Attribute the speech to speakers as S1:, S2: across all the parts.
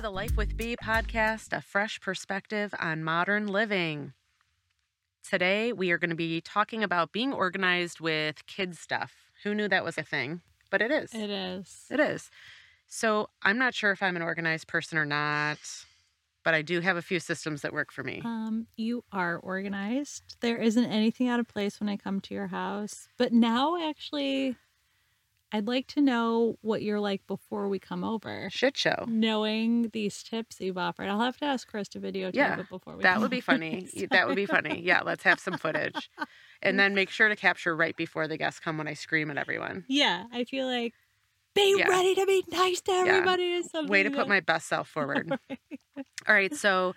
S1: the Life with Bee podcast, a fresh perspective on modern living. Today, we are going to be talking about being organized with kid stuff. Who knew that was a thing? But it is.
S2: It is.
S1: It is. So, I'm not sure if I'm an organized person or not, but I do have a few systems that work for me.
S2: Um, you are organized. There isn't anything out of place when I come to your house. But now, actually, I'd like to know what you're like before we come over.
S1: Shit show.
S2: Knowing these tips you've offered, I'll have to ask Chris to videotape
S1: Yeah,
S2: it before we.
S1: That
S2: come
S1: would be
S2: over.
S1: funny.
S2: So-
S1: That would be funny. Yeah, let's have some footage. And then make sure to capture right before the guests come when I scream at everyone.
S2: Yeah, I feel like be
S1: Yeah.
S2: ready to be nice to everybody. Is something
S1: Way to put
S2: that-
S1: my best self forward. All right, so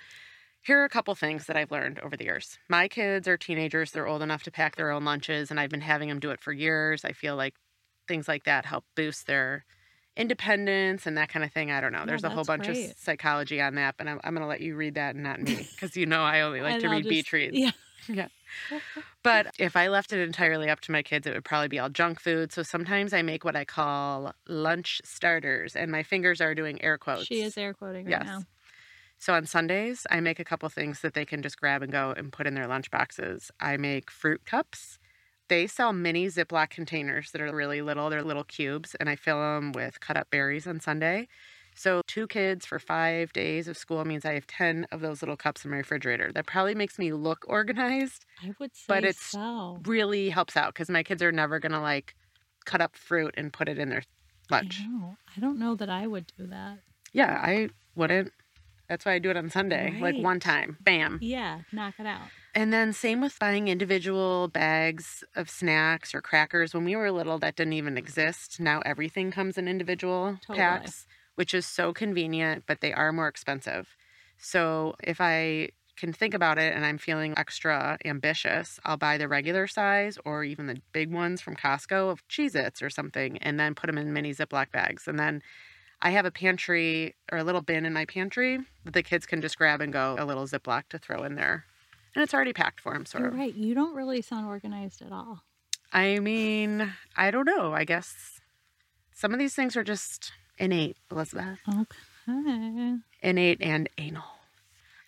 S1: here are a couple things that I've learned over the years. My kids are teenagers, they're old enough to pack their own lunches, and I've been having them do it for years. I feel like things like that help boost their independence and that kind of thing. I don't know. There's a whole
S2: that's
S1: bunch of
S2: great.
S1: psychology on that, but I'm, I'm going to let you read that and not me because you know I only like
S2: And
S1: to
S2: I'll
S1: read beach
S2: just- e
S1: reads.
S2: Yeah,
S1: But if I left it entirely up to my kids, it would probably be all junk food. So sometimes I make what I call lunch starters, and my fingers are doing air quotes.
S2: she is air quoting right
S1: Yes.
S2: now.
S1: So on Sundays, I make a couple things that they can just grab and go and put in their lunch boxes. I make fruit cups. They sell mini Ziploc containers that are really little. They're little cubes, and I fill them with cut up berries on Sunday. So two kids for five days of school means I have ten of those little cups in my refrigerator. That probably makes me look organized.
S2: I would say
S1: But it's-
S2: so.
S1: Really helps out because my kids are never gonna like cut up fruit and put it in their
S2: I,
S1: lunch.
S2: know. I don't know that I would do that.
S1: Yeah, I wouldn't. That's why I do it on Sunday, like
S2: Right.
S1: one time, bam.
S2: Yeah, knock it out.
S1: And then same with buying individual bags of snacks or crackers. When we were little, that didn't even exist. Now everything comes in individual
S2: Totally.
S1: packs, which is so convenient, but they are more expensive. So if I can think about it and I'm feeling extra ambitious, I'll buy the regular size or even the big ones from Costco of Cheez Its or something and then put them in mini Ziploc bags. And then I have a pantry or a little bin in my pantry that the kids can just grab and go a little Ziploc to throw in there. And it's already packed for them, sort
S2: You're
S1: of.
S2: right. You don't really sound organized at all.
S1: I mean, I don't know. I guess some of these things are just innate, Elizabeth.
S2: Okay.
S1: Innate and anal.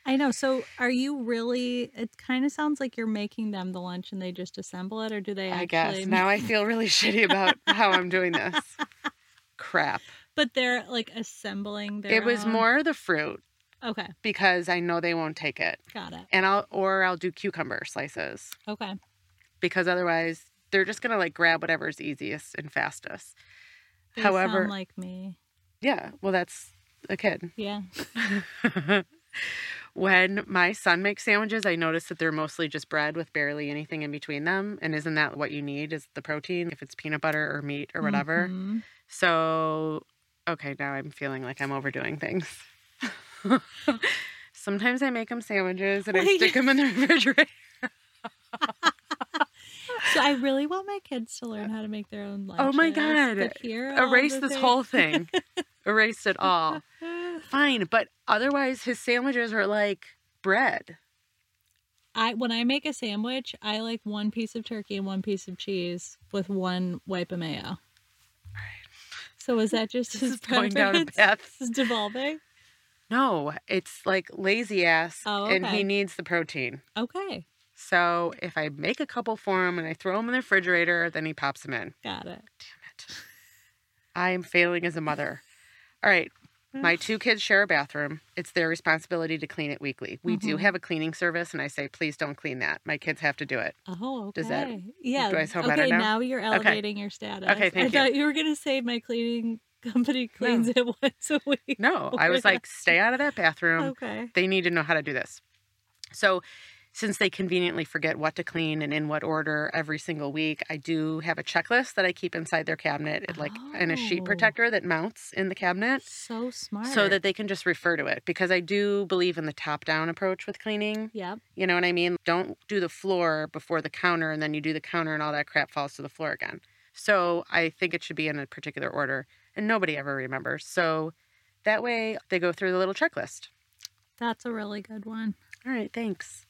S2: I know. So are you really it kind of sounds like you're making them the lunch and they just assemble it or do they actually
S1: I guess. Now I feel really shitty about how I'm doing this. Crap.
S2: But they're like assembling their
S1: it was
S2: own-
S1: more the fruit
S2: Okay,
S1: because I know they won't take it.
S2: got it.
S1: And I'll or I'll do cucumber slices
S2: Okay.
S1: because otherwise they're just going to like grab whatever's easiest and fastest.
S2: They
S1: However,
S2: sound like me.
S1: yeah, well that's a kid.
S2: Yeah.
S1: When my son makes sandwiches, I notice that they're mostly just bread with barely anything in between them. And isn't that what you need is the protein, if it's peanut butter or meat or whatever?
S2: Mhm.
S1: So, okay, now I'm feeling like I'm overdoing things. Sometimes I make them sandwiches and I
S2: Wait.
S1: stick them in the refrigerator.
S2: So I really want my kids to learn how to make their own lunches.
S1: Oh my God.
S2: But here are all
S1: Erase
S2: the
S1: this
S2: things-
S1: whole thing. Erase it all. Fine, but otherwise his sandwiches are like bread.
S2: I when I make a sandwich, I like one piece of turkey and one piece of cheese with one wipe of mayo. So is that just
S1: This
S2: his
S1: is going down a
S2: preference?
S1: path.
S2: This is devolving.
S1: No, it's like lazy ass,
S2: Oh,
S1: and he
S2: okay.
S1: needs the protein.
S2: Okay,
S1: So if I make a couple for him and I throw him in the refrigerator, then he pops them in.
S2: got it.
S1: I am failing as a mother. All right, my two kids share a bathroom. It's their responsibility to clean it weekly. We do
S2: Mm-hmm.
S1: have a cleaning service, and I say, please don't clean that. My kids have to do it.
S2: Oh, okay.
S1: Does that-
S2: yeah.
S1: do I sound
S2: okay,
S1: better now?
S2: you're elevating your status.
S1: Okay, thank
S2: I
S1: you.
S2: thought you were gonna say my cleaning company cleans it once a week.
S1: No, I was like, stay out of that bathroom.
S2: Okay.
S1: They need to know how to do this. So, since they conveniently forget what to clean and in what order every single week, I do have a checklist that I keep inside their cabinet, it, like and a sheet
S2: Oh.
S1: protector that mounts in the cabinet
S2: So smart.
S1: so that they can just refer to it because I do believe in the top-down approach with cleaning.
S2: Yep.
S1: You know what I mean? Don't do the floor before the counter and then you do the counter and all that crap falls to the floor again. So, I think it should be in a particular order and nobody ever remembers. So, that way they go through the little checklist.
S2: That's a really good one.
S1: All right, thanks.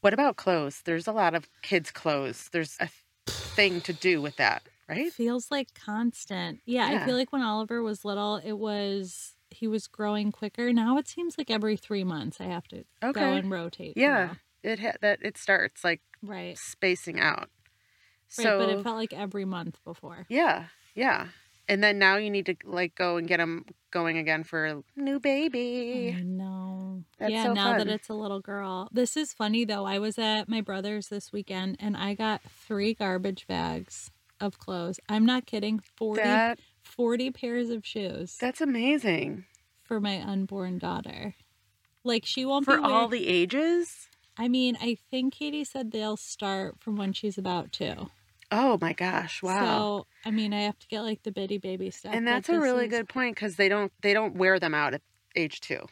S1: What about clothes? There's a lot of kids' clothes. There's a thing to do with that, right?
S2: Feels like constant. Yeah,
S1: Yeah.
S2: I feel like when Oliver was little, it was he was growing quicker. Now it seems like every three months I have to go
S1: Okay.
S2: and rotate. you
S1: Yeah.
S2: know.
S1: It ha- that it starts like
S2: Right.
S1: spacing out.
S2: right.
S1: So
S2: But it felt like every month before.
S1: yeah, yeah. And then now you need to like go and get them going again for a new baby.
S2: No.
S1: That's
S2: yeah,
S1: so
S2: now
S1: fun.
S2: that it's a little girl. This is funny though. I was at my brother's this weekend and I got three garbage bags of clothes. I'm not kidding. 40,
S1: That
S2: 40 pairs of shoes
S1: that's amazing
S2: for my unborn daughter. Like she won't
S1: for
S2: be
S1: all
S2: wearing-
S1: the ages.
S2: I mean, I think Katie said they'll start from when she's about two.
S1: Oh my gosh! Wow.
S2: So I mean, I have to get like the bitty baby stuff.
S1: and
S2: but
S1: that's a
S2: this
S1: really
S2: is-
S1: good point because they don't they don't wear them out at age two.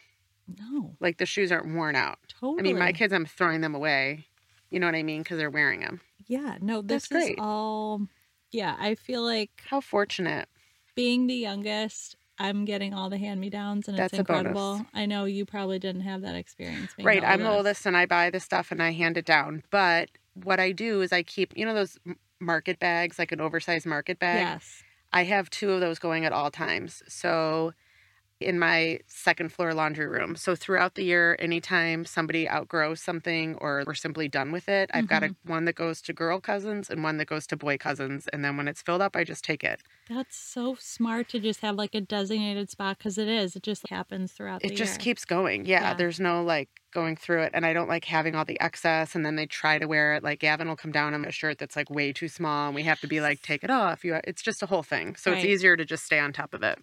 S2: No,
S1: Like the shoes aren't worn out.
S2: totally.
S1: I mean, my kids, I'm throwing them away. You know what I mean? Because they're wearing them.
S2: Yeah, no, this
S1: That's
S2: is
S1: great.
S2: all. Yeah, I feel like
S1: How fortunate.
S2: being the youngest, I'm getting all the hand me downs, and
S1: That's
S2: it's
S1: a bonus.
S2: incredible. I know you probably didn't have that experience. Being
S1: right. I'm the oldest and I buy the stuff and I hand it down. But what I do is I keep, you know, those m- market bags, like an oversized market bag?
S2: Yes.
S1: I have two of those going at all times. So in my second floor laundry room. So throughout the year, anytime somebody outgrows something or we're simply done with it, I've got a, one that goes to girl cousins and one that goes to boy cousins. And then when it's filled up, I just take it.
S2: That's so smart to just have like a designated spot because it is. It just happens throughout the
S1: It just
S2: year.
S1: keeps going. Yeah,
S2: Yeah.
S1: There's no like going through it. And I don't like having all the excess. And then they try to wear it. Like Gavin will come down in a shirt that's like way too small. And we have to be like, take it off. You, It's just a whole thing. So it's
S2: Right.
S1: easier to just stay on top of it.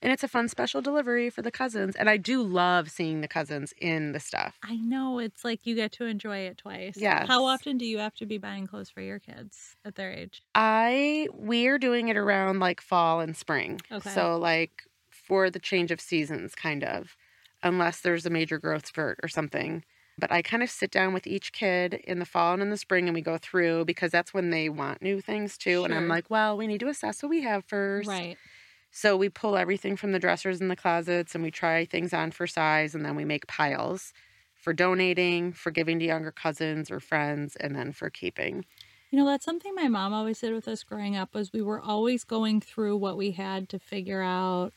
S1: And it's a fun special delivery for the cousins. And I do love seeing the cousins in the stuff.
S2: I know it's like you get to enjoy it twice.
S1: Yes.
S2: How often do you have to be buying clothes for your kids at their age?
S1: I, we're doing it around like fall and spring.
S2: Okay.
S1: So like for the change of seasons, kind of, unless there's a major growth spurt or something. But I kind of sit down with each kid in the fall and in the spring and we go through because that's when they want new things too. And I'm
S2: Sure.
S1: like, well, we need to assess what we have first.
S2: Right.
S1: So we pull everything from the dressers and the closets and we try things on for size and then we make piles for donating, for giving to younger cousins or friends, and then for keeping.
S2: You know, that's something my mom always did with us growing up was we were always going through what we had to figure out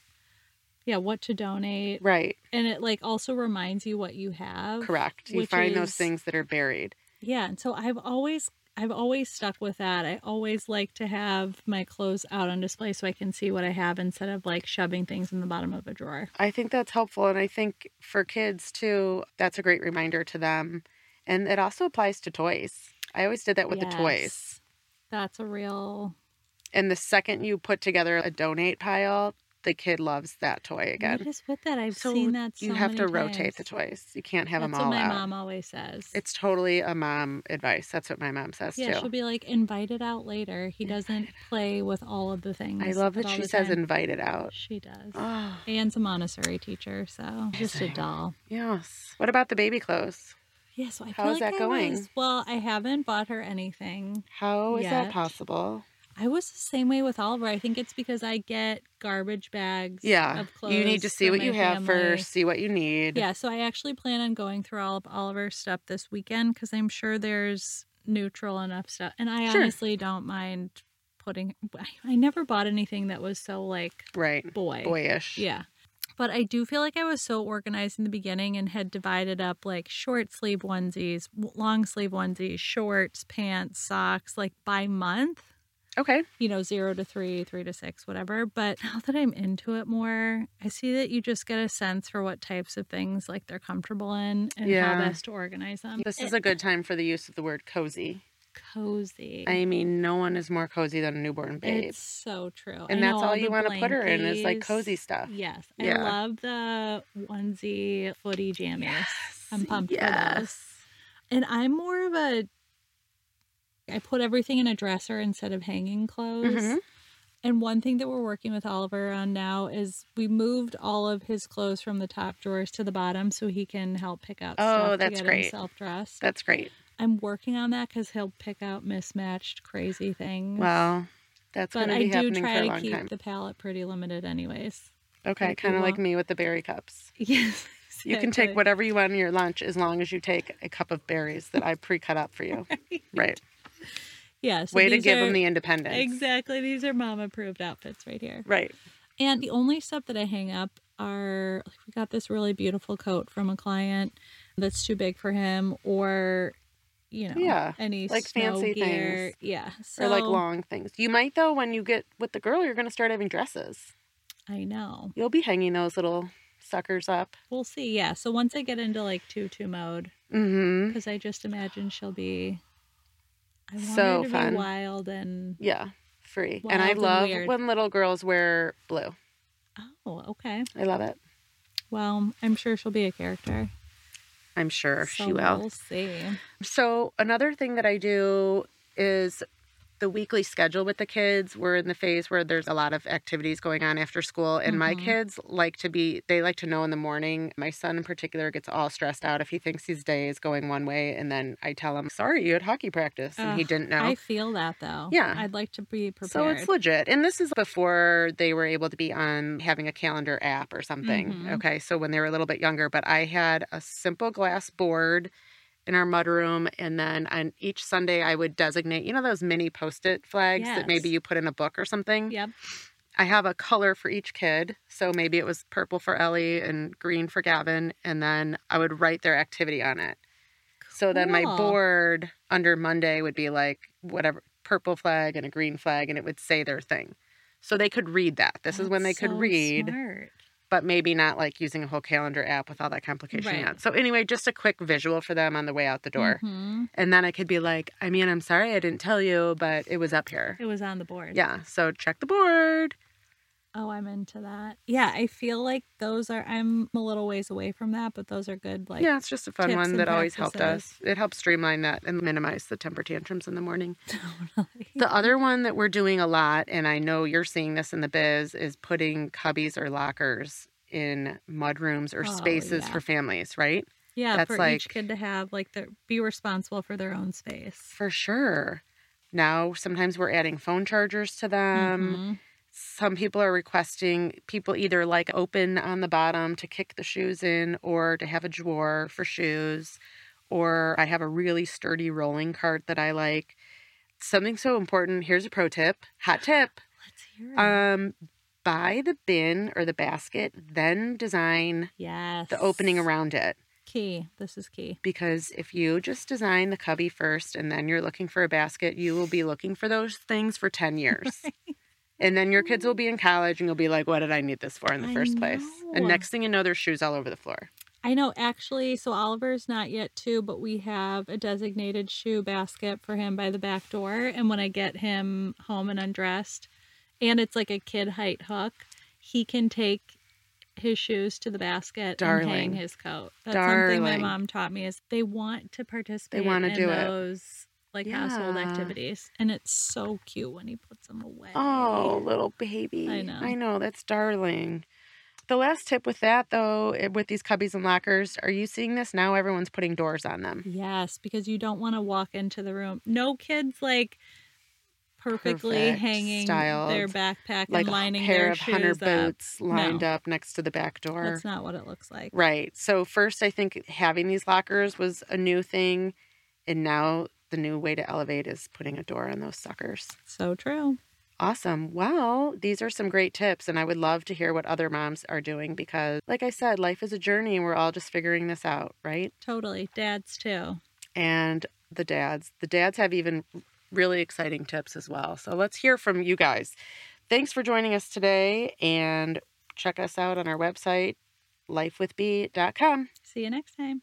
S2: yeah, what to donate.
S1: Right.
S2: And it like also reminds you what you have.
S1: Correct. You
S2: which
S1: find those
S2: is-
S1: things that are buried.
S2: Yeah, and so I've always I've always stuck with that. I always like to have my clothes out on display so I can see what I have instead of like shoving things in the bottom of a drawer.
S1: I think that's helpful. And I think for kids too, that's a great reminder to them. And it also applies to toys. I always did that with the toys.
S2: Yes. That's a real
S1: And the second you put together a donate pile, the kid loves that toy
S2: What
S1: again.
S2: is with that? I've seen that. So
S1: you have to
S2: many
S1: rotate
S2: times.
S1: the toys. You can't have
S2: That's
S1: them all
S2: what my
S1: out.
S2: mom always says.
S1: It's totally a mom advice. That's what my mom says
S2: yeah, she'll
S1: too.
S2: be like invited out later. He doesn't play with all of the things.
S1: I love
S2: at
S1: that
S2: all
S1: she
S2: the
S1: says
S2: time.
S1: invite it out.
S2: She does.
S1: Oh,
S2: Anne's a Montessori teacher, so just a
S1: Amazing.
S2: doll.
S1: yes. What about the baby clothes?
S2: Yeah, so I feel
S1: How's
S2: like
S1: that
S2: I
S1: going?
S2: was- well, I haven't bought her anything.
S1: How is that
S2: Yet.
S1: possible?
S2: I was the same way with Oliver. I think it's because I get garbage bags.
S1: Yeah.
S2: of clothes.
S1: You need to see
S2: from
S1: what
S2: my
S1: you have
S2: family.
S1: first, see what you need.
S2: Yeah, so I actually plan on going through all of Oliver's stuff this weekend because I'm sure there's neutral enough stuff, and I
S1: Sure.
S2: honestly don't mind putting. I, I never bought anything that was so like
S1: Right.
S2: boy.
S1: Boyish.
S2: Yeah. But I do feel like I was so organized in the beginning and had divided up like short sleeve onesies, w- long sleeve onesies, shorts, pants, socks, like by month,
S1: Okay.
S2: you know, zero to three, three to six, whatever. But now that I'm into it more, I see that you just get a sense for what types of things like they're comfortable in and
S1: Yeah.
S2: how best to organize them.
S1: This is a good time for the use of the word cozy.
S2: cozy.
S1: I mean, no one is more cozy than a newborn babe.
S2: It's so true.
S1: and
S2: I
S1: that's
S2: know
S1: all, you
S2: the
S1: want to put her in is like
S2: blankies.
S1: cozy stuff.
S2: Yes.
S1: Yeah.
S2: I love the onesie footy jammies. I'm pumped for those. And I'm more of a I put everything in a dresser instead of hanging clothes.
S1: Mhm.
S2: And one thing that we're working with Oliver on now is we moved all of his clothes from the top drawers to the bottom so he can help pick out
S1: Oh,
S2: stuff
S1: that's
S2: to get
S1: great.
S2: himself dressed.
S1: That's great.
S2: I'm working on that because he'll pick out mismatched crazy things.
S1: Well, that's going
S2: but
S1: to
S2: I
S1: be
S2: do
S1: happening for
S2: try
S1: a
S2: to
S1: long
S2: keep
S1: time.
S2: the palette pretty limited, anyways.
S1: Okay.
S2: if you
S1: Kind of like
S2: want-
S1: me with the berry cups.
S2: Yes.
S1: You can take
S2: exactly.
S1: whatever you want in your lunch as long as you take a cup of berries that I pre cut up for you. Right.
S2: Yeah. So
S1: Way to
S2: these
S1: give
S2: are-
S1: them the independence.
S2: Exactly. These are mom approved outfits right here.
S1: Right.
S2: And the only stuff that I hang up are like, we got this really beautiful coat from a client that's too big for him, or you know,
S1: Yeah,
S2: any
S1: like
S2: snow
S1: fancy
S2: gear.
S1: things.
S2: Yeah, so
S1: or like long things. You might though when you get with the girl, you're gonna start having dresses.
S2: I know.
S1: You'll be hanging those little suckers up.
S2: We'll see. Yeah. So once I get into like tutu mode,
S1: Mm-hmm.
S2: because I just imagine she'll be. I want
S1: So
S2: her to
S1: fun.
S2: be wild and
S1: Yeah, free. and I
S2: Wild and
S1: love
S2: weird.
S1: when little girls wear blue.
S2: oh, okay.
S1: I love it.
S2: Well, I'm sure she'll be a character.
S1: I'm sure
S2: so
S1: she will.
S2: We'll see.
S1: So another thing that I do is the weekly schedule with the kids. We're in the phase where there's a lot of activities going on after school and my
S2: Mhm.
S1: kids like to be they like to know in the morning. My son in particular gets all stressed out if he thinks his day is going one way and then I tell him, "Sorry, you had hockey practice." And he
S2: Ugh,
S1: didn't know.
S2: I feel that though.
S1: Yeah.
S2: I'd like to be prepared.
S1: So it's legit. And this is before they were able to be on having a calendar app or something.
S2: Mhm.
S1: Okay. So when they were a little bit younger, but I had a simple glass board in our mudroom. And then on each Sunday, I would designate, you know, those mini post it flags that maybe
S2: Yes.
S1: you put in a book or something.
S2: Yep.
S1: I have a color for each kid. So maybe it was purple for Ellie and green for Gavin. And then I would write their activity on it. So then my
S2: Cool.
S1: board under Monday would be like whatever purple flag and a green flag, and it would say their thing. So they could read that. This is when they
S2: That's
S1: could
S2: so
S1: read,
S2: smart.
S1: but maybe not like using a whole calendar app with all that complication
S2: Right.
S1: yet. So anyway, just a quick visual for them on the way out the door.
S2: Mhm.
S1: And then I could be like, I mean, I'm sorry I didn't tell you, but it was up here.
S2: It was on the board.
S1: Yeah. So check the board.
S2: Oh, I'm into that. Yeah, I feel like those are. I'm a little ways away from that, but those are good. Like,
S1: yeah, it's just a fun
S2: tips
S1: one
S2: and
S1: that always helped us.
S2: practices.
S1: It helps streamline that and minimize the temper tantrums in the morning.
S2: totally.
S1: The other one that we're doing a lot, and I know you're seeing this in the biz, is putting cubbies or lockers in mudrooms or
S2: Oh,
S1: spaces
S2: yeah.
S1: for families, right?
S2: yeah,
S1: that's
S2: for
S1: like-
S2: each kid to have like the be responsible for their own space.
S1: For sure. Now, sometimes we're adding phone chargers to them.
S2: Mhm.
S1: Some people are requesting people either like open on the bottom to kick the shoes in or to have a drawer for shoes. Or I have a really sturdy rolling cart that I like. Something so important. Here's a pro tip hot tip.
S2: Let's hear it.
S1: Um, buy the bin or the basket, then design
S2: yes.
S1: the opening around it.
S2: Key. This is key.
S1: Because if you just design the cubby first and then you're looking for a basket, you will be looking for those things for 10 years. And then your kids will be in college and you'll be like, what did I need this for in the
S2: I
S1: first place? And
S2: know.
S1: next thing you know, there's shoes all over the floor.
S2: I know, actually. So Oliver's not yet two, but we have a designated shoe basket for him by the back door. And when I get him home and undressed, and it's like a kid height hook, he can take his shoes to the basket
S1: Darling.
S2: and hang his coat. That's something my
S1: Darling.
S2: mom taught me is they want to participate
S1: wanna
S2: in
S1: do it.
S2: those like household
S1: Yeah.
S2: activities. And it's so cute when he puts them away.
S1: Oh, little baby.
S2: I know.
S1: I know. That's darling. The last tip with that, though, eh, with these cubbies and lockers, are you seeing this now? Everyone's putting doors on them.
S2: Yes, because you don't want to walk into the room. No kids like perfectly
S1: Perfect,
S2: hanging their
S1: styled,
S2: backpack
S1: like
S2: and lining
S1: a pair
S2: their
S1: of
S2: shoes
S1: hunter
S2: up.
S1: boots lined
S2: No.
S1: up next to the back door.
S2: That's not what it looks like.
S1: right. So first, I think having these lockers was a new thing, and now the new way to elevate is putting a door on those suckers.
S2: So true.
S1: Awesome. Well, these are some great tips, and I would love to hear what other moms are doing because, like I said, life is a journey, and we're all just figuring this out, right?
S2: Totally. Dads too.
S1: And the dads, the dads have even really exciting tips as well. So let's hear from you guys. Thanks for joining us today, and check us out on our website, lifewithbee.com.
S2: See you next time.